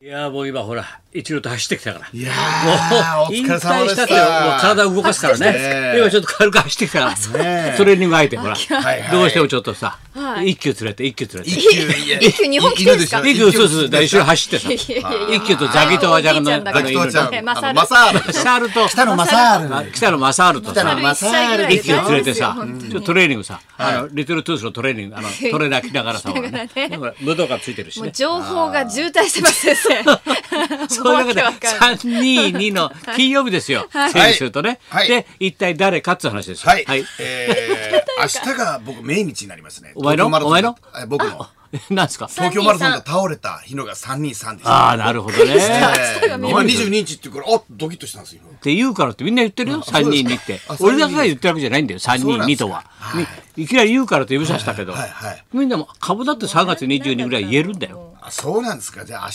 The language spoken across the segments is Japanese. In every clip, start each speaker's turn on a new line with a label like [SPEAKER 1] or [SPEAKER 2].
[SPEAKER 1] やーもう今ほら一路と走ってきたから
[SPEAKER 2] いや
[SPEAKER 1] も
[SPEAKER 2] ー、お
[SPEAKER 1] う
[SPEAKER 2] 疲
[SPEAKER 1] 引
[SPEAKER 2] れ
[SPEAKER 1] 退
[SPEAKER 2] 様で
[SPEAKER 1] し
[SPEAKER 2] し
[SPEAKER 1] っ
[SPEAKER 2] たた。
[SPEAKER 1] てもう体動かすから
[SPEAKER 2] 走ってきたんです
[SPEAKER 1] ね
[SPEAKER 2] ね
[SPEAKER 1] 今ちょっと軽く走ってきたから
[SPEAKER 2] ね
[SPEAKER 1] トレーニング相手ほら
[SPEAKER 2] はいはい
[SPEAKER 1] どうしてもちょっとさ
[SPEAKER 3] はい
[SPEAKER 1] 一休連れて一休連れて
[SPEAKER 2] 一級、いや
[SPEAKER 3] 一級日本来てるんですか
[SPEAKER 1] 一
[SPEAKER 2] 犬
[SPEAKER 1] 休
[SPEAKER 2] でしょ
[SPEAKER 1] そうそうだから一緒に走ってさ
[SPEAKER 3] いやいやいや
[SPEAKER 1] 一休とザギトワジャガの
[SPEAKER 3] あのお
[SPEAKER 1] あ
[SPEAKER 2] ザ
[SPEAKER 1] の
[SPEAKER 2] キト
[SPEAKER 1] 犬
[SPEAKER 2] ちゃん、
[SPEAKER 3] ね
[SPEAKER 2] あの
[SPEAKER 3] マ
[SPEAKER 2] マ
[SPEAKER 3] サ
[SPEAKER 2] サールでしょ。
[SPEAKER 1] サルと
[SPEAKER 2] 北野マサール。
[SPEAKER 1] 北野正治と
[SPEAKER 2] 北
[SPEAKER 1] さ
[SPEAKER 2] 野マサール
[SPEAKER 1] 一
[SPEAKER 2] です
[SPEAKER 1] 休
[SPEAKER 2] よ。
[SPEAKER 1] 連れてさ、
[SPEAKER 3] そうですよ
[SPEAKER 1] ちょっとトレーニングさ、あのリトルトゥースのトレーニング、あのトレーナー着ながらさ、ほ らね、ほら武道館ついてるし
[SPEAKER 3] もう
[SPEAKER 1] ね。
[SPEAKER 3] 情報が渋滞してます先 生。
[SPEAKER 1] そういうわけで
[SPEAKER 3] わけわかんない
[SPEAKER 1] 三二二の金曜日ですよ。
[SPEAKER 3] はい
[SPEAKER 1] 整理するとね、
[SPEAKER 2] はい
[SPEAKER 1] で一体誰かっていう話ですよ。
[SPEAKER 2] はい。えー、明日が僕、命日になりますね。
[SPEAKER 1] お前の
[SPEAKER 2] 東京マラソン
[SPEAKER 1] お前の
[SPEAKER 2] え僕の。
[SPEAKER 1] なんですか。
[SPEAKER 2] 東京マラソンで倒れた日のが323でした。
[SPEAKER 1] ああなるほどね。
[SPEAKER 2] えー今22日って言うから、あドキッとしたんですよ。
[SPEAKER 1] って言うからってみんな言ってるよ、三人にって
[SPEAKER 2] そうですかあ
[SPEAKER 1] 俺だけが言ってるわけじゃないんだよ三人にとは、い、きなり言うからって指さしたけど、
[SPEAKER 2] はいはい
[SPEAKER 1] みんなも株だって3月22ぐらい言えるんだよ
[SPEAKER 2] あそうなんですか。じゃあ、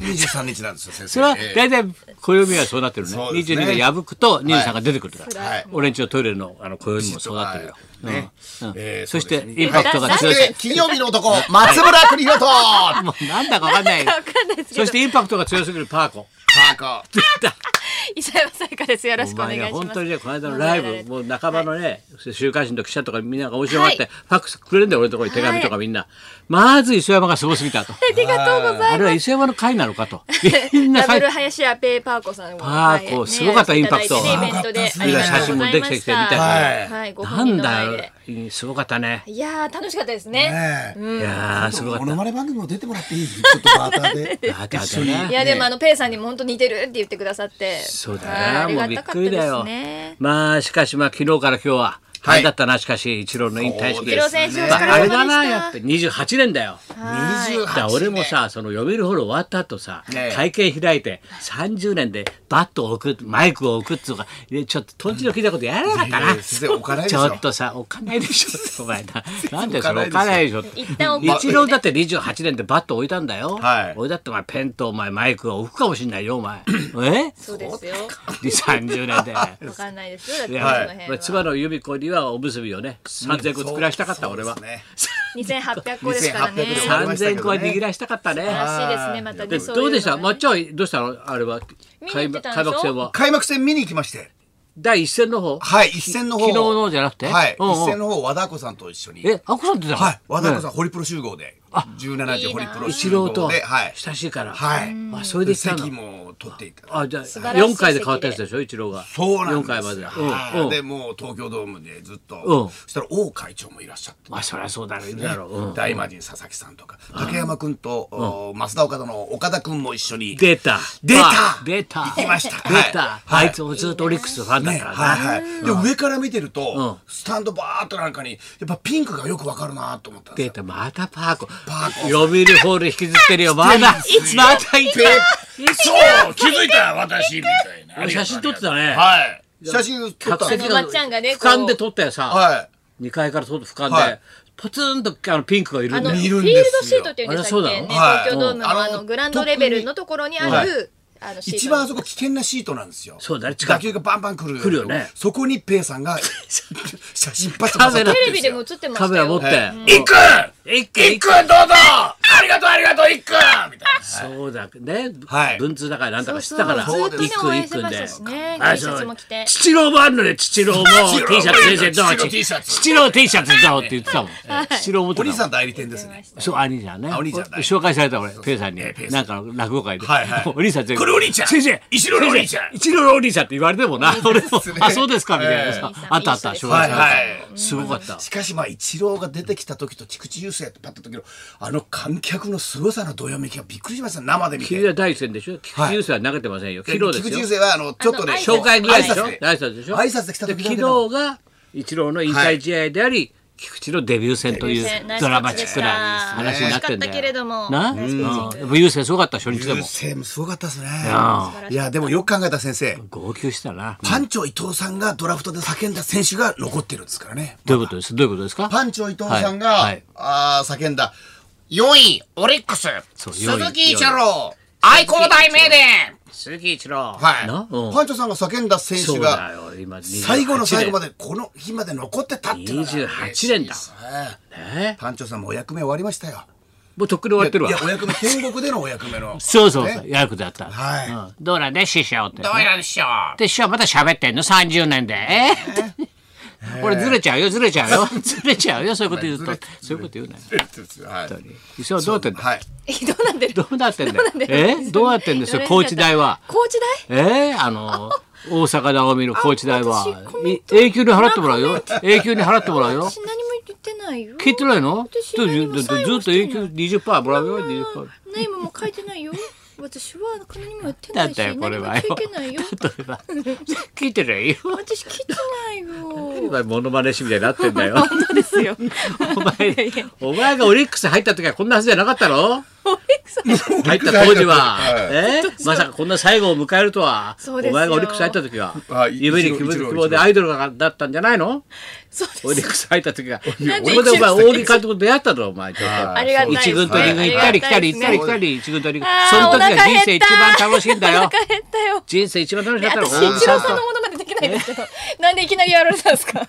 [SPEAKER 2] 明日が23日なんですよ、先生。
[SPEAKER 1] それは
[SPEAKER 2] えー
[SPEAKER 1] 大体暦はそうなってるね
[SPEAKER 2] そうですね
[SPEAKER 1] 22が破くと23が出てくるから、
[SPEAKER 2] はい
[SPEAKER 1] 俺んちのトイレのあの暦もそうなってるよ、
[SPEAKER 2] はいね
[SPEAKER 1] うんうん
[SPEAKER 2] えー
[SPEAKER 1] そして
[SPEAKER 2] そうです
[SPEAKER 1] インパクトが
[SPEAKER 2] そ
[SPEAKER 1] 強い
[SPEAKER 2] して、金曜日の男、松村邦洋と、パ
[SPEAKER 1] もうなんだかわかんないよ
[SPEAKER 3] わかんない ですけど
[SPEAKER 1] そしてインパクトが強すぎるパーコ
[SPEAKER 2] ーコ。
[SPEAKER 3] 伊沢さやかです。よろし
[SPEAKER 1] お
[SPEAKER 3] くお願い
[SPEAKER 1] 前ね
[SPEAKER 3] します。
[SPEAKER 1] 本当にねこの間のライブもう仲間のね、週刊誌の記者とかみんなが面白がって、
[SPEAKER 3] はい
[SPEAKER 1] ファックスくれるんだよ俺のところに手紙とかみんな、まず磯山がすごすぎたと
[SPEAKER 3] ありがとうござ
[SPEAKER 1] あ
[SPEAKER 3] い
[SPEAKER 1] れは磯山の会なのか とみんな
[SPEAKER 3] ます。ダ
[SPEAKER 1] 会
[SPEAKER 3] ブル林家ペーパーコさんを。
[SPEAKER 1] パーコ
[SPEAKER 3] はい
[SPEAKER 1] すごかった
[SPEAKER 3] ね
[SPEAKER 1] インパクト
[SPEAKER 3] いただいてイベントですす
[SPEAKER 2] ご
[SPEAKER 3] あ
[SPEAKER 2] かっ
[SPEAKER 3] り
[SPEAKER 2] た
[SPEAKER 1] 今
[SPEAKER 3] がと
[SPEAKER 1] 写真も
[SPEAKER 3] うございま
[SPEAKER 1] 出てきてみたい
[SPEAKER 2] はい
[SPEAKER 3] したはい、ご
[SPEAKER 1] な
[SPEAKER 3] 本人
[SPEAKER 1] ん
[SPEAKER 3] の
[SPEAKER 1] だ
[SPEAKER 3] 前
[SPEAKER 1] よ
[SPEAKER 3] で。
[SPEAKER 1] うんすごかったね、
[SPEAKER 3] いやー楽しかったですね。
[SPEAKER 2] ねえ
[SPEAKER 1] いやーすごか
[SPEAKER 2] モ
[SPEAKER 1] っ
[SPEAKER 2] ノマネ番組も出てもらっていいちょっとバーターで。
[SPEAKER 1] たあとあとね
[SPEAKER 3] いやでもあのペイさんにも本当似てるって言ってくださって。
[SPEAKER 1] そう
[SPEAKER 3] はい
[SPEAKER 1] だ
[SPEAKER 3] あ
[SPEAKER 1] な、
[SPEAKER 3] り
[SPEAKER 1] も
[SPEAKER 3] が
[SPEAKER 1] うびった
[SPEAKER 3] か
[SPEAKER 1] くり
[SPEAKER 3] た
[SPEAKER 1] だ
[SPEAKER 3] です
[SPEAKER 1] よ
[SPEAKER 3] ね。。
[SPEAKER 1] まあしかしまあ昨日から今日は
[SPEAKER 2] は
[SPEAKER 1] 大
[SPEAKER 2] い
[SPEAKER 1] 変だったなしかし一郎の引退
[SPEAKER 2] そう
[SPEAKER 1] 式
[SPEAKER 2] です
[SPEAKER 3] 一郎選手お
[SPEAKER 1] ま
[SPEAKER 3] 疲
[SPEAKER 1] ああ
[SPEAKER 3] れ
[SPEAKER 1] れだな
[SPEAKER 3] 様でした。
[SPEAKER 1] やっぱ28年だよ。
[SPEAKER 3] はい
[SPEAKER 2] 28
[SPEAKER 1] だから俺もさその読売ホール終わった後さ、
[SPEAKER 2] ねえ
[SPEAKER 1] 会見開いて30年でバットを置くマイクを置くっつうかえちょっととんちの聞いたことやらなかったな、
[SPEAKER 2] いや先生お金ないで
[SPEAKER 1] ち
[SPEAKER 2] しょ
[SPEAKER 1] ょっとさ置かないでしょ お前ななんでそれ
[SPEAKER 2] 置
[SPEAKER 1] 置
[SPEAKER 2] か
[SPEAKER 1] か
[SPEAKER 2] な
[SPEAKER 1] ないい
[SPEAKER 2] で
[SPEAKER 1] でしょ
[SPEAKER 3] 一旦置く
[SPEAKER 1] 一郎だって28年でバット置いたんだよ、
[SPEAKER 2] はい
[SPEAKER 1] 置いたってお前ペンとお前マイクを置くかもしんないよお 前え
[SPEAKER 3] そうですよ。
[SPEAKER 1] で30年で。
[SPEAKER 3] わかんないですよ。だっ
[SPEAKER 1] い
[SPEAKER 3] てその
[SPEAKER 1] や
[SPEAKER 3] 辺
[SPEAKER 1] まあ
[SPEAKER 3] は。
[SPEAKER 1] 妻の由美子にはおむすびをね3,000個作らしたかった俺は
[SPEAKER 2] そうですね
[SPEAKER 3] 2800個ですからね。
[SPEAKER 2] 2800
[SPEAKER 3] 素
[SPEAKER 2] 個
[SPEAKER 3] 晴
[SPEAKER 1] 3,000個は握らしたかったね。
[SPEAKER 3] らしいですね。また
[SPEAKER 1] で
[SPEAKER 3] ねそうい
[SPEAKER 1] どう
[SPEAKER 3] うのがね
[SPEAKER 1] でした、まっちゃんはどうしたのあれは
[SPEAKER 3] 見
[SPEAKER 1] 開
[SPEAKER 3] に行って
[SPEAKER 1] 幕
[SPEAKER 3] たんで
[SPEAKER 1] 開幕
[SPEAKER 3] しょ
[SPEAKER 1] 戦は
[SPEAKER 2] 開幕戦見に行きまして。
[SPEAKER 1] 第一戦の方
[SPEAKER 2] はい、一戦の方。
[SPEAKER 1] 昨日のじゃなくて
[SPEAKER 2] はい、
[SPEAKER 1] うんうん
[SPEAKER 2] 一戦の方、和田アキ子さんと一緒に。
[SPEAKER 1] えあこさん出たの
[SPEAKER 2] はい、和田アキ子さん、
[SPEAKER 1] ね
[SPEAKER 2] ホリプロ集合で。17時ホリプロ
[SPEAKER 1] 一
[SPEAKER 2] 集
[SPEAKER 1] 郎
[SPEAKER 2] 合
[SPEAKER 1] と
[SPEAKER 2] で。はい。
[SPEAKER 1] 親しいから、
[SPEAKER 2] はい。
[SPEAKER 1] あそれで来たの
[SPEAKER 2] 席も取っていただいて。
[SPEAKER 1] あじゃ
[SPEAKER 3] 晴ら
[SPEAKER 1] あ
[SPEAKER 3] しい
[SPEAKER 1] 4回で変わったやつでしょ一郎が
[SPEAKER 2] そうなん
[SPEAKER 1] 四
[SPEAKER 2] で
[SPEAKER 1] 回ますで、
[SPEAKER 2] よ。
[SPEAKER 1] うんう
[SPEAKER 2] はい
[SPEAKER 1] ん
[SPEAKER 2] で、もう東京ドームでずっ
[SPEAKER 1] う
[SPEAKER 2] と
[SPEAKER 1] ん。
[SPEAKER 2] そしたら、王会長もいらっしゃって。
[SPEAKER 1] まあそりゃそうだろういるだろう、うん
[SPEAKER 2] 大魔神佐々木さんとか竹山君とお増田岡田の岡田君も一緒に
[SPEAKER 1] 出た
[SPEAKER 2] 出た
[SPEAKER 1] まあ出た
[SPEAKER 2] 行きました
[SPEAKER 1] 出た、
[SPEAKER 2] はい
[SPEAKER 1] あいつもずっとオリックスのファンだ
[SPEAKER 2] ね、
[SPEAKER 1] からな、
[SPEAKER 2] はいはい、で上から見てると、
[SPEAKER 1] う
[SPEAKER 2] スタンドバーっとなんかにやっぱピンクがよくわかるなと思ったんで
[SPEAKER 1] 出
[SPEAKER 2] すよ。
[SPEAKER 1] たまたパーコ
[SPEAKER 2] パーコ
[SPEAKER 1] 読売ホール引きずってるよまだ またいた
[SPEAKER 2] そう気づいた私みたいな。
[SPEAKER 1] 写真撮ってたね
[SPEAKER 2] はい。写真撮った
[SPEAKER 1] 客
[SPEAKER 2] んです
[SPEAKER 1] 席
[SPEAKER 2] よ。
[SPEAKER 1] が
[SPEAKER 3] まっちゃんがね
[SPEAKER 1] 俯瞰で撮ったよさ、
[SPEAKER 2] は
[SPEAKER 1] 2階から外俯瞰で、
[SPEAKER 2] はい
[SPEAKER 1] ポツンとあのピンクがいる
[SPEAKER 3] あ
[SPEAKER 1] んだ
[SPEAKER 3] の
[SPEAKER 1] よ
[SPEAKER 3] フ
[SPEAKER 2] 見
[SPEAKER 3] ィ
[SPEAKER 2] る
[SPEAKER 3] ー
[SPEAKER 2] んで
[SPEAKER 3] ル
[SPEAKER 2] すよ
[SPEAKER 3] ドシートっていうんでしたっけね、
[SPEAKER 2] はい
[SPEAKER 3] 東京ドームのあ
[SPEAKER 2] あの
[SPEAKER 3] のグランドレベルのところにある、あの
[SPEAKER 2] い。
[SPEAKER 3] シート
[SPEAKER 2] 一番あそこ危険なシートなんですよ。
[SPEAKER 1] そうだね近い
[SPEAKER 2] 打球がバンバン来る。
[SPEAKER 1] 来るよね
[SPEAKER 2] そこにペイさん が写真パシャパシャ撮
[SPEAKER 1] カメラ
[SPEAKER 2] ってるんですよ。
[SPEAKER 3] テレビでも映ってまし
[SPEAKER 1] カ
[SPEAKER 3] たよ。
[SPEAKER 1] メラ持って、
[SPEAKER 2] 行く
[SPEAKER 1] 一気
[SPEAKER 2] 行
[SPEAKER 1] に
[SPEAKER 2] くどうぞありがとうありがとう行くみたいな。
[SPEAKER 1] そうだね、
[SPEAKER 2] はい
[SPEAKER 1] 文通だからなんだ
[SPEAKER 3] そ
[SPEAKER 1] か
[SPEAKER 3] う
[SPEAKER 1] 知
[SPEAKER 3] そ
[SPEAKER 1] っ
[SPEAKER 3] う
[SPEAKER 1] たから
[SPEAKER 3] ずっとね
[SPEAKER 1] 一
[SPEAKER 3] 応
[SPEAKER 1] 君
[SPEAKER 3] 援
[SPEAKER 1] 一
[SPEAKER 3] して
[SPEAKER 1] 君
[SPEAKER 3] ま
[SPEAKER 1] で
[SPEAKER 3] したよね。
[SPEAKER 1] あ
[SPEAKER 3] T シャツも着て。
[SPEAKER 1] 父郎もあるのね父郎も
[SPEAKER 2] 父郎
[SPEAKER 1] T シャツ先生どう
[SPEAKER 2] 父郎 T シャツ
[SPEAKER 1] 父郎 T シャツどうって言ってた もん父郎持ってた
[SPEAKER 2] お
[SPEAKER 1] も
[SPEAKER 2] 兄
[SPEAKER 1] ん
[SPEAKER 2] さん代理店ですね。
[SPEAKER 1] そう、兄ちゃんね。
[SPEAKER 2] あお兄ちゃんだ
[SPEAKER 1] 紹介された俺、ペイさんに
[SPEAKER 2] ええペイ、
[SPEAKER 1] な
[SPEAKER 2] さ
[SPEAKER 1] んんかの落語会で。
[SPEAKER 2] はいはい
[SPEAKER 1] お兄さん全部
[SPEAKER 2] これお兄ちゃん
[SPEAKER 1] 先生
[SPEAKER 2] 一郎のお兄ちゃん
[SPEAKER 1] 先生一郎のお兄ちゃんって言われてもな、俺も
[SPEAKER 2] すね、
[SPEAKER 1] あ、そうですか、みたいな
[SPEAKER 3] え
[SPEAKER 1] さ
[SPEAKER 3] え。
[SPEAKER 1] あったあった、
[SPEAKER 3] 一
[SPEAKER 1] 紹
[SPEAKER 3] 緒で
[SPEAKER 1] 介
[SPEAKER 2] はい
[SPEAKER 3] す
[SPEAKER 1] さ
[SPEAKER 2] は
[SPEAKER 1] れた。
[SPEAKER 2] い。
[SPEAKER 1] すごかった。
[SPEAKER 2] しかしまあ一郎が出てきた時と菊池雄星ってパッと時のあの観客の凄さのどよめきがびっくりしました生で見
[SPEAKER 1] 君
[SPEAKER 2] て。
[SPEAKER 1] は第一戦でしょ菊池雄星は投げてませんよ。
[SPEAKER 2] で
[SPEAKER 1] 昨日
[SPEAKER 2] 菊
[SPEAKER 1] で
[SPEAKER 2] 池雄
[SPEAKER 1] すよ。
[SPEAKER 2] 星はあのちょっとね
[SPEAKER 3] あの
[SPEAKER 1] 紹介ぐらいでしょ
[SPEAKER 2] 挨拶
[SPEAKER 1] 挨拶でしょ
[SPEAKER 2] 挨拶で来た時
[SPEAKER 1] で
[SPEAKER 2] だけ
[SPEAKER 1] 昨
[SPEAKER 2] だ
[SPEAKER 1] 日が一郎の引退試合であり、菊池のデビュー戦というドラマチックな話になってんだ
[SPEAKER 3] ナイスピッチでしたいいですね惜しかったけれど
[SPEAKER 1] よ。
[SPEAKER 3] も
[SPEAKER 1] な
[SPEAKER 3] ナイスピッチ
[SPEAKER 1] うん。優勢すごかった、初日で
[SPEAKER 2] 雄
[SPEAKER 1] も。
[SPEAKER 2] 星もすごかったですね。
[SPEAKER 1] や
[SPEAKER 2] いやでもよく考えた先生。
[SPEAKER 1] 号泣したな。
[SPEAKER 2] パンチョ伊藤さんがドラフトで叫んだ選手が残ってるんですからね。
[SPEAKER 1] どういうことですどういうことですか
[SPEAKER 2] パンチョ伊藤さんが、
[SPEAKER 1] はいはい
[SPEAKER 2] あー叫んだ4位オリックス
[SPEAKER 1] そう
[SPEAKER 2] 鈴
[SPEAKER 1] 4位
[SPEAKER 2] 木一郎愛工大名電
[SPEAKER 1] 鈴木一郎
[SPEAKER 2] はい、
[SPEAKER 1] なうん
[SPEAKER 2] パンチョさんが叫んだ選手
[SPEAKER 1] そうだ
[SPEAKER 2] が
[SPEAKER 1] よ今28年
[SPEAKER 2] 最後の最後までこの日まで残ってたっていうのが
[SPEAKER 1] 28年だ
[SPEAKER 2] 嬉しいですね
[SPEAKER 1] ね
[SPEAKER 2] パンチョさんもお役目終わりましたよ
[SPEAKER 1] もうとっくに終わってるわ
[SPEAKER 2] いやいやお役目天国でのお役目の
[SPEAKER 1] そうそうそう、
[SPEAKER 2] ね
[SPEAKER 1] 役だった、
[SPEAKER 2] はい
[SPEAKER 1] うんどうなんで師匠って、
[SPEAKER 2] どうなんでしょう
[SPEAKER 1] で師匠まだ喋ってんの30年でえ ーってこれずれちゃうよずれちゃうよずれちゃうよそういうこと言うと
[SPEAKER 2] ずれ
[SPEAKER 1] そういうこと言うなよ
[SPEAKER 2] はい
[SPEAKER 1] 師匠どうやってんだ
[SPEAKER 2] はい
[SPEAKER 3] え どうなってる
[SPEAKER 1] どうなってんだよ
[SPEAKER 3] どうなってる
[SPEAKER 1] えどうなってんですよ高知大は
[SPEAKER 3] 高知大
[SPEAKER 1] えー、あの大阪直美の高知大は
[SPEAKER 3] あ私コメン
[SPEAKER 1] い永久に払ってもらうよ永久に払ってもらうよ
[SPEAKER 3] 私何も言ってないよ
[SPEAKER 1] 聞いてないのず
[SPEAKER 3] 私
[SPEAKER 1] ず
[SPEAKER 3] 何も
[SPEAKER 1] ずず
[SPEAKER 3] 最
[SPEAKER 1] っ
[SPEAKER 3] 後
[SPEAKER 1] と永久
[SPEAKER 3] して
[SPEAKER 1] 20%もらうよ
[SPEAKER 3] な
[SPEAKER 1] 20%。
[SPEAKER 3] ネームも書いてないよ。私は何もやってな
[SPEAKER 1] だっ
[SPEAKER 3] いし、
[SPEAKER 1] たよこれ
[SPEAKER 3] 何も
[SPEAKER 1] は
[SPEAKER 3] 聞
[SPEAKER 1] よ。
[SPEAKER 3] いてないよ。
[SPEAKER 1] 例えば聞いて ないよ。
[SPEAKER 3] 私聞いてないよ。
[SPEAKER 1] モノマネ師みたいになってんだよ。
[SPEAKER 3] 本当 ですよ。
[SPEAKER 1] お前お前がオリックス入った時はこんなはずじゃなかったろ
[SPEAKER 3] オ リックス入
[SPEAKER 1] 入った当時は
[SPEAKER 2] はい。
[SPEAKER 1] えまさかこんな最後を迎えるとは。お
[SPEAKER 3] そうで
[SPEAKER 1] 前
[SPEAKER 3] すよ
[SPEAKER 1] がオリックス入った時は
[SPEAKER 2] はい
[SPEAKER 1] 夢に希
[SPEAKER 2] 一
[SPEAKER 1] 望
[SPEAKER 2] 郎
[SPEAKER 1] 希望
[SPEAKER 2] 一
[SPEAKER 1] で
[SPEAKER 2] 郎
[SPEAKER 1] アイドルがだったんじゃないの
[SPEAKER 3] そう
[SPEAKER 1] オリ
[SPEAKER 3] で
[SPEAKER 1] ッ
[SPEAKER 3] す。
[SPEAKER 1] クス入った時が。
[SPEAKER 3] なんで
[SPEAKER 1] 俺でお前大木監督と出会ったぞお前。
[SPEAKER 3] ありがたいです
[SPEAKER 1] 一
[SPEAKER 3] ね。
[SPEAKER 1] 軍と二軍行ったり来たり行ったり来たり一軍と二軍。その時が人生一番楽しいんだ
[SPEAKER 3] お
[SPEAKER 1] よ。
[SPEAKER 3] 腹減ったよ。
[SPEAKER 1] 人生一番楽し
[SPEAKER 3] ね
[SPEAKER 1] かったの
[SPEAKER 3] 私
[SPEAKER 1] 大木
[SPEAKER 3] 一
[SPEAKER 1] さん
[SPEAKER 3] 郎
[SPEAKER 1] と
[SPEAKER 3] さんのものまでできないですけど、なんでいきなりやられたんですか。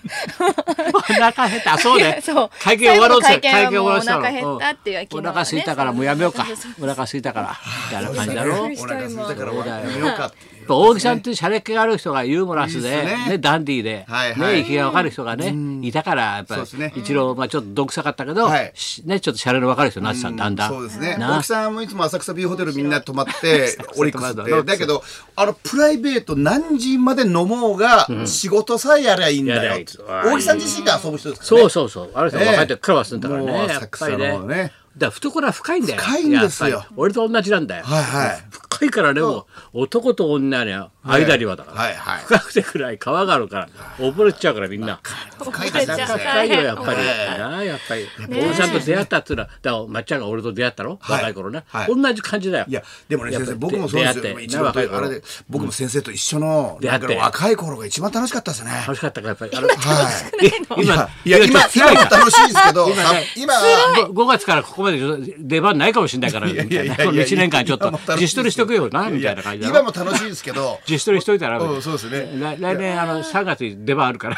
[SPEAKER 1] お腹減ったあそう
[SPEAKER 3] い
[SPEAKER 1] ね
[SPEAKER 3] や そう
[SPEAKER 1] 会見終わろうとして会
[SPEAKER 3] 最後
[SPEAKER 1] 見終
[SPEAKER 3] の
[SPEAKER 1] わろうと
[SPEAKER 3] 会
[SPEAKER 1] し
[SPEAKER 3] 見
[SPEAKER 1] た
[SPEAKER 3] は
[SPEAKER 1] の
[SPEAKER 3] もうお腹減ったっていう昨
[SPEAKER 1] お
[SPEAKER 3] 日はね
[SPEAKER 1] 腹空いたからもうやめようかお腹空いたからみたいな感じだろ
[SPEAKER 3] そうです
[SPEAKER 2] お
[SPEAKER 3] ね
[SPEAKER 2] 腹空いたからもうやめようかっていう
[SPEAKER 1] やっぱ大木さんっていうシャレ気がある人がユーモラスで
[SPEAKER 2] いいっす
[SPEAKER 1] ね
[SPEAKER 2] ね
[SPEAKER 1] ダンディーで、
[SPEAKER 2] はいはい
[SPEAKER 1] ね、息が分かる人がねいたからやっぱ
[SPEAKER 2] そうですね
[SPEAKER 1] 一郎、まあ、ちょっとどくさかったけど、
[SPEAKER 2] はい
[SPEAKER 1] しね、ちょっとシャレの分かる人になってたんだんだん。
[SPEAKER 2] そうですね
[SPEAKER 1] な
[SPEAKER 2] 奥さんもいつも浅草ビューホテルみんな泊 まってオリックスっ
[SPEAKER 1] 泊まるの
[SPEAKER 2] てだけどあのプライベート何時まで飲もうが仕事さえやりゃいいん
[SPEAKER 1] やりゃ
[SPEAKER 2] だ
[SPEAKER 1] い
[SPEAKER 2] よ
[SPEAKER 1] い
[SPEAKER 2] 大木さん自身が遊ぶ人ですから
[SPEAKER 1] そ
[SPEAKER 2] ね
[SPEAKER 1] うそうそう。あの人が若い時からはすんだからね。
[SPEAKER 2] ええもう
[SPEAKER 1] やっぱり
[SPEAKER 2] 浅草の
[SPEAKER 1] ね。
[SPEAKER 2] 方ね
[SPEAKER 1] だから懐は深いんだよ。
[SPEAKER 2] 深いんですよ
[SPEAKER 1] やっぱり俺と同じなんだよ。
[SPEAKER 2] はいはい
[SPEAKER 1] 深いからね、もう男と女の間にはだから。
[SPEAKER 2] はいはい
[SPEAKER 1] 深くてくらい川があるから、溺れちゃうからみんな。
[SPEAKER 2] 深い
[SPEAKER 3] 溺れ
[SPEAKER 2] で
[SPEAKER 3] ち
[SPEAKER 2] すね
[SPEAKER 3] ゃう
[SPEAKER 1] 深いよ、やっぱり。
[SPEAKER 2] ええ
[SPEAKER 1] なあ、やっぱり。大木さんと出会ったっていうのは、だから、まっちゃんが俺と出会ったろ
[SPEAKER 2] はい
[SPEAKER 1] 若い頃ね。
[SPEAKER 2] はい
[SPEAKER 1] 同じ感じだよ。
[SPEAKER 2] いやでもね
[SPEAKER 1] やっ
[SPEAKER 2] 先
[SPEAKER 1] ぱ
[SPEAKER 2] 生
[SPEAKER 1] り
[SPEAKER 2] 僕もそうです
[SPEAKER 1] 出会っ
[SPEAKER 2] よ
[SPEAKER 1] て
[SPEAKER 2] 一番
[SPEAKER 1] 若い頃
[SPEAKER 2] あれで僕も先生と一緒の
[SPEAKER 1] 出会って
[SPEAKER 2] なんか若い頃が一番楽しかっ たですね
[SPEAKER 1] 楽しかったから、やっぱり。あの
[SPEAKER 2] はい
[SPEAKER 1] 今、
[SPEAKER 2] いや今
[SPEAKER 1] ちょっ
[SPEAKER 2] 今
[SPEAKER 1] と辛いから
[SPEAKER 2] も楽しいですけどさ今は
[SPEAKER 1] ご5月からここまで出番ないかもしれないから、みたい
[SPEAKER 2] いやい
[SPEAKER 1] な
[SPEAKER 2] や
[SPEAKER 1] この1年間ちょっと
[SPEAKER 2] 今も楽しい
[SPEAKER 1] 自主トレしとくよな、み
[SPEAKER 2] い
[SPEAKER 1] たい
[SPEAKER 2] や
[SPEAKER 1] な感じだ
[SPEAKER 2] 今
[SPEAKER 1] ろ。
[SPEAKER 2] も楽しいですけど
[SPEAKER 1] 自主トレしといたら、みたいな
[SPEAKER 2] うんそうですね
[SPEAKER 1] 来来年あの3月に出番ある から、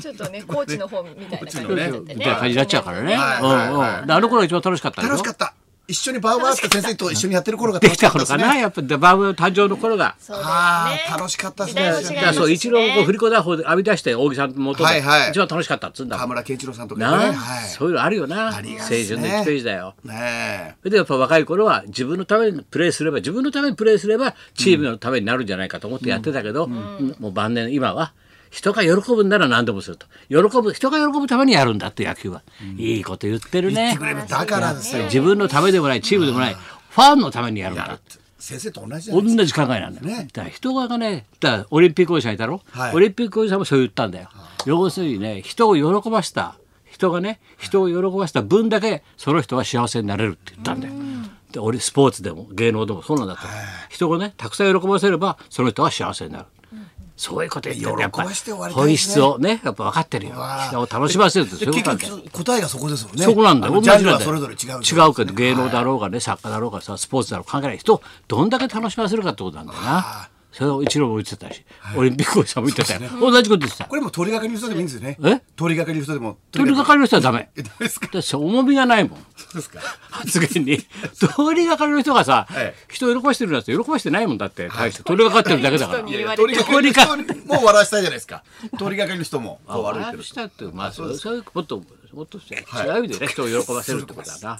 [SPEAKER 3] ちょっとね、高知の方みたいな感じになっちゃって
[SPEAKER 1] み
[SPEAKER 3] ね。
[SPEAKER 1] たいな感じになっちゃうからね。
[SPEAKER 2] はいうはい
[SPEAKER 1] ん
[SPEAKER 2] はい
[SPEAKER 1] うんであの頃が一番楽しかったでしょ
[SPEAKER 2] 楽しかった一緒にバウバーって先生と一緒にやってる頃が
[SPEAKER 1] で
[SPEAKER 2] 楽
[SPEAKER 1] き
[SPEAKER 2] しか
[SPEAKER 1] た頃
[SPEAKER 2] ったです
[SPEAKER 1] かな、
[SPEAKER 2] ね
[SPEAKER 1] やっぱバブル誕生の頃が。
[SPEAKER 3] そうですね。
[SPEAKER 2] あー楽しかったですね
[SPEAKER 1] だか
[SPEAKER 3] 時代も違いま
[SPEAKER 1] ら
[SPEAKER 3] す
[SPEAKER 1] そう、一郎
[SPEAKER 3] ね
[SPEAKER 1] を振り子打法で浴び出して、大木さんの元
[SPEAKER 2] は
[SPEAKER 1] で
[SPEAKER 2] いはい
[SPEAKER 1] 一番楽しかったっつうんだも
[SPEAKER 2] 河
[SPEAKER 1] ん。
[SPEAKER 2] 村健一郎さんとか
[SPEAKER 1] な
[SPEAKER 2] ね
[SPEAKER 1] あ
[SPEAKER 2] はい
[SPEAKER 1] そういうのあるよな。青
[SPEAKER 2] あ
[SPEAKER 1] 春
[SPEAKER 2] り
[SPEAKER 1] の
[SPEAKER 2] ますね
[SPEAKER 1] 1ページだよ。
[SPEAKER 2] ね
[SPEAKER 1] それでやっぱ若い頃は自分のためにプレーすれば自分のためにプレーすればチームのためになるんじゃないかと思ってやってたけど、うんもう晩年今は人が喜ぶんなら何でもすると喜ぶ人が喜ぶためにやるんだって野球は、いいこと言ってるね
[SPEAKER 2] えだからですよ
[SPEAKER 1] 自分のためでもないチームでもないファンのためにやるんだ
[SPEAKER 2] 先生と同じじゃな
[SPEAKER 1] 同
[SPEAKER 2] いですか
[SPEAKER 1] じ考えなんだよ、
[SPEAKER 2] ね
[SPEAKER 1] だから人がねだからオリンピックおじさんいたろ、
[SPEAKER 2] はい
[SPEAKER 1] オリンピックおじさんもそう言ったんだよ要するにね人を喜ばした人がね人を喜ばした分だけその人は幸せになれるって言ったんだよで俺スポーツでも芸能でもそうなんだと、人をねたくさん喜ばせればその人は幸せになる、そういうこと言ってんだよやっぱ
[SPEAKER 2] 喜ばして終わりたい
[SPEAKER 1] 本
[SPEAKER 2] ですね
[SPEAKER 1] 質をねやっぱ分かってるよ人を楽しませるってそういうことなんだよ
[SPEAKER 2] 結局答えがそこですもんね
[SPEAKER 1] そこなんだ
[SPEAKER 2] あ
[SPEAKER 1] よ。
[SPEAKER 2] の
[SPEAKER 1] 同
[SPEAKER 2] ジ
[SPEAKER 1] じなん
[SPEAKER 2] ャンル
[SPEAKER 1] だよ
[SPEAKER 2] はそれぞれ違うじゃないです
[SPEAKER 1] 違
[SPEAKER 2] か
[SPEAKER 1] うけど、芸能だろうがね、作家だろうがさ、スポーツだろうが関係ない人を、どんだけ楽しませるかってことなんだよな。それを一郎も言ってたし、オリンピックおじさんも言ってたよ。同じこと言ってた。
[SPEAKER 2] これも通りがかりの人でもいいんですよね
[SPEAKER 1] え
[SPEAKER 2] 通りがかりの人でも
[SPEAKER 1] 通りが
[SPEAKER 2] り
[SPEAKER 1] かりの人はダメ。
[SPEAKER 2] え
[SPEAKER 1] だ
[SPEAKER 2] ダメですか
[SPEAKER 1] って重みがないもん。
[SPEAKER 2] そうですか
[SPEAKER 1] 発言 に。通りがかりの人がさ
[SPEAKER 2] はい、
[SPEAKER 1] 人を喜ばしてるなんて喜ばしてないもんだって、大して。通りがかってるだけだから
[SPEAKER 3] 通。りがかりの人に言われ
[SPEAKER 2] 通りがかりの
[SPEAKER 1] 通
[SPEAKER 2] 人も笑わしたいじゃないです か通りがかりの人もこう歩い
[SPEAKER 1] 笑
[SPEAKER 2] てる
[SPEAKER 1] うしたって、まあ、そうそういうこと、もっと違う意味でね、人を喜ばせるってことだな。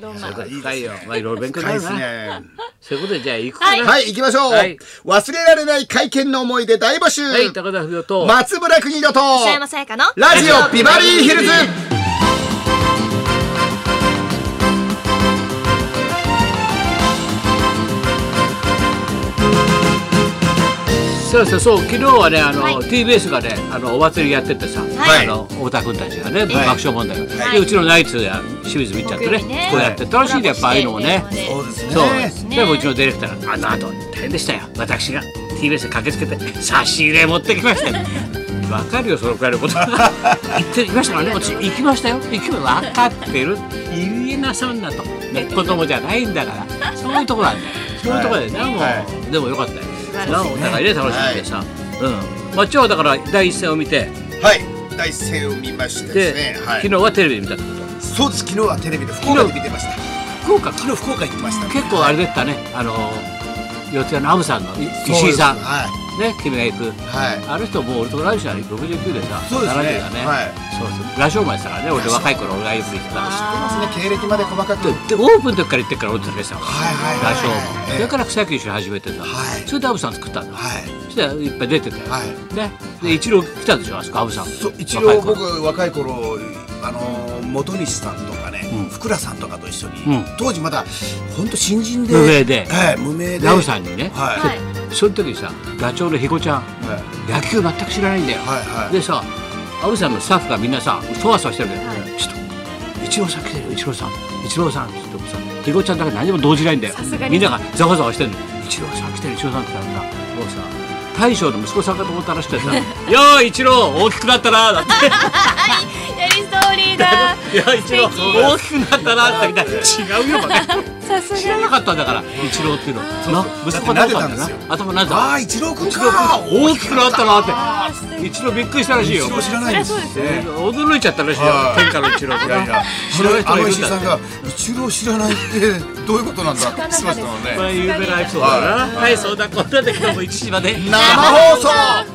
[SPEAKER 3] どん
[SPEAKER 1] そ
[SPEAKER 3] な
[SPEAKER 1] れから深いよ。まあ、いろいろ勉強にな
[SPEAKER 2] 深い
[SPEAKER 1] る
[SPEAKER 2] です
[SPEAKER 1] な。
[SPEAKER 2] ね
[SPEAKER 1] そういうことで、じゃあ、行くかな。
[SPEAKER 2] はい、行きましょう、
[SPEAKER 1] はい
[SPEAKER 2] 忘れられない会見の思い出大募集、
[SPEAKER 1] はい、高田文夫と。
[SPEAKER 2] 松村邦人と
[SPEAKER 3] 北山さやかの
[SPEAKER 2] ラジオビバリーヒルズ
[SPEAKER 1] そうそうそう昨日はねあの、
[SPEAKER 3] はい
[SPEAKER 1] TBS がねあのお祭りやっててさ、
[SPEAKER 3] はい
[SPEAKER 1] あの太田君たちがね、爆笑問題が、
[SPEAKER 3] はい
[SPEAKER 1] でうちのナイツや清水みっちゃんと
[SPEAKER 3] 木曜
[SPEAKER 1] ね
[SPEAKER 3] 日ね
[SPEAKER 1] こうやって楽しいんだやっぱああいうのもね。
[SPEAKER 2] そうですね
[SPEAKER 1] そう
[SPEAKER 2] す
[SPEAKER 1] でもうちのディレクターが「あの後大変でしたよ私が TBS に駆けつけて差し入れ持ってきましたよ」わかるよそのくらいのこと言ってきましたからね私行きましたよ行きま分かってる言えなそんなとね子供じゃないんだからそういうとこなんだよそういうとこだよなもう、
[SPEAKER 2] は
[SPEAKER 1] でもよかったよ
[SPEAKER 3] 晴らしい
[SPEAKER 1] なお互いね楽しんでさ、うんまあ今日だから第一戦を見て
[SPEAKER 2] はい大声を見まして
[SPEAKER 1] で
[SPEAKER 2] ですねはい
[SPEAKER 1] 昨日はテレビで見たってこと
[SPEAKER 2] そうです昨日はテレビで福岡で見てました
[SPEAKER 1] 福岡
[SPEAKER 2] 昨日福岡行ってました
[SPEAKER 1] 結構あれだったねあの四谷のアムさんのい石井さん
[SPEAKER 2] はい
[SPEAKER 1] ね君が行く
[SPEAKER 2] はい
[SPEAKER 1] あの人もう俺と同じじゃない69でさ
[SPEAKER 2] そうですね
[SPEAKER 1] 70だね、
[SPEAKER 2] はい
[SPEAKER 1] そうそうラジオ前したからね俺若い頃俺がよく行ってたし
[SPEAKER 2] そうですね経歴まで細かくはい
[SPEAKER 1] でオープンの時から行ってっから俺と食べてたの
[SPEAKER 2] はいはいはい
[SPEAKER 1] ラジオ
[SPEAKER 2] え
[SPEAKER 1] 前
[SPEAKER 2] え
[SPEAKER 1] だから草野球一緒に始めてさ、
[SPEAKER 2] はい
[SPEAKER 1] それでアブさん作ったんだ
[SPEAKER 2] はい
[SPEAKER 1] そしたらいっぱい出てて、
[SPEAKER 2] はい
[SPEAKER 1] ねで一郎来たでしょあそこアブさん
[SPEAKER 2] そう一
[SPEAKER 1] 若い
[SPEAKER 2] 応
[SPEAKER 1] 頃
[SPEAKER 2] 僕若い頃あの元西さんとかね、
[SPEAKER 1] うん
[SPEAKER 2] 福良さんとかと一緒に、
[SPEAKER 1] うん
[SPEAKER 2] 当時まだ本当新人で
[SPEAKER 1] 無名で
[SPEAKER 2] はい、無名で
[SPEAKER 1] ラブさんにね、
[SPEAKER 2] はい
[SPEAKER 3] はい
[SPEAKER 1] その時にさダチョウのひこちゃん
[SPEAKER 2] はい
[SPEAKER 1] 野球全く知らないんだよ、
[SPEAKER 2] はいはい
[SPEAKER 1] でさアブさんのスタッフがみんなさそわそわしてるんだよ、
[SPEAKER 3] はい
[SPEAKER 1] ちょっと一郎さん来てるよ一郎さん一郎さんって言ってもさひこちゃんだけ何も動じないんだよ
[SPEAKER 3] さすがに
[SPEAKER 1] みんながざわざわしてるの一郎さん来てる一郎さんって言ったらさもうさ大将の息子さんかと思ったらしくてさ「よー一郎大きくなったな」だって
[SPEAKER 3] やりストーリーだ
[SPEAKER 1] いや一郎大きくなったなってみたい な違うよバカ
[SPEAKER 3] さす
[SPEAKER 1] 知らなかったんだから一郎っていうのな息子がなったんだよな頭なぜ
[SPEAKER 2] ああ一郎君か
[SPEAKER 1] 大きくなったな
[SPEAKER 3] あー素
[SPEAKER 1] って
[SPEAKER 3] 敵
[SPEAKER 1] 一郎びっくりしたらしいよ
[SPEAKER 2] 一郎知らないんです
[SPEAKER 3] そりゃそう
[SPEAKER 2] ね
[SPEAKER 1] 驚いちゃったらしいよ
[SPEAKER 2] はい
[SPEAKER 1] 天下の一郎
[SPEAKER 2] いやいや
[SPEAKER 1] 知らない人
[SPEAKER 2] あ
[SPEAKER 1] がい
[SPEAKER 2] の
[SPEAKER 1] るん
[SPEAKER 2] 石井
[SPEAKER 1] だ
[SPEAKER 2] さ
[SPEAKER 1] っ
[SPEAKER 2] ん
[SPEAKER 1] て
[SPEAKER 2] が一郎知らないってどういうことなんだってしましたもん
[SPEAKER 1] こ
[SPEAKER 2] ね
[SPEAKER 1] れ有名なエピソードだなはいそうだこんなで今日も一時まで
[SPEAKER 2] 生放送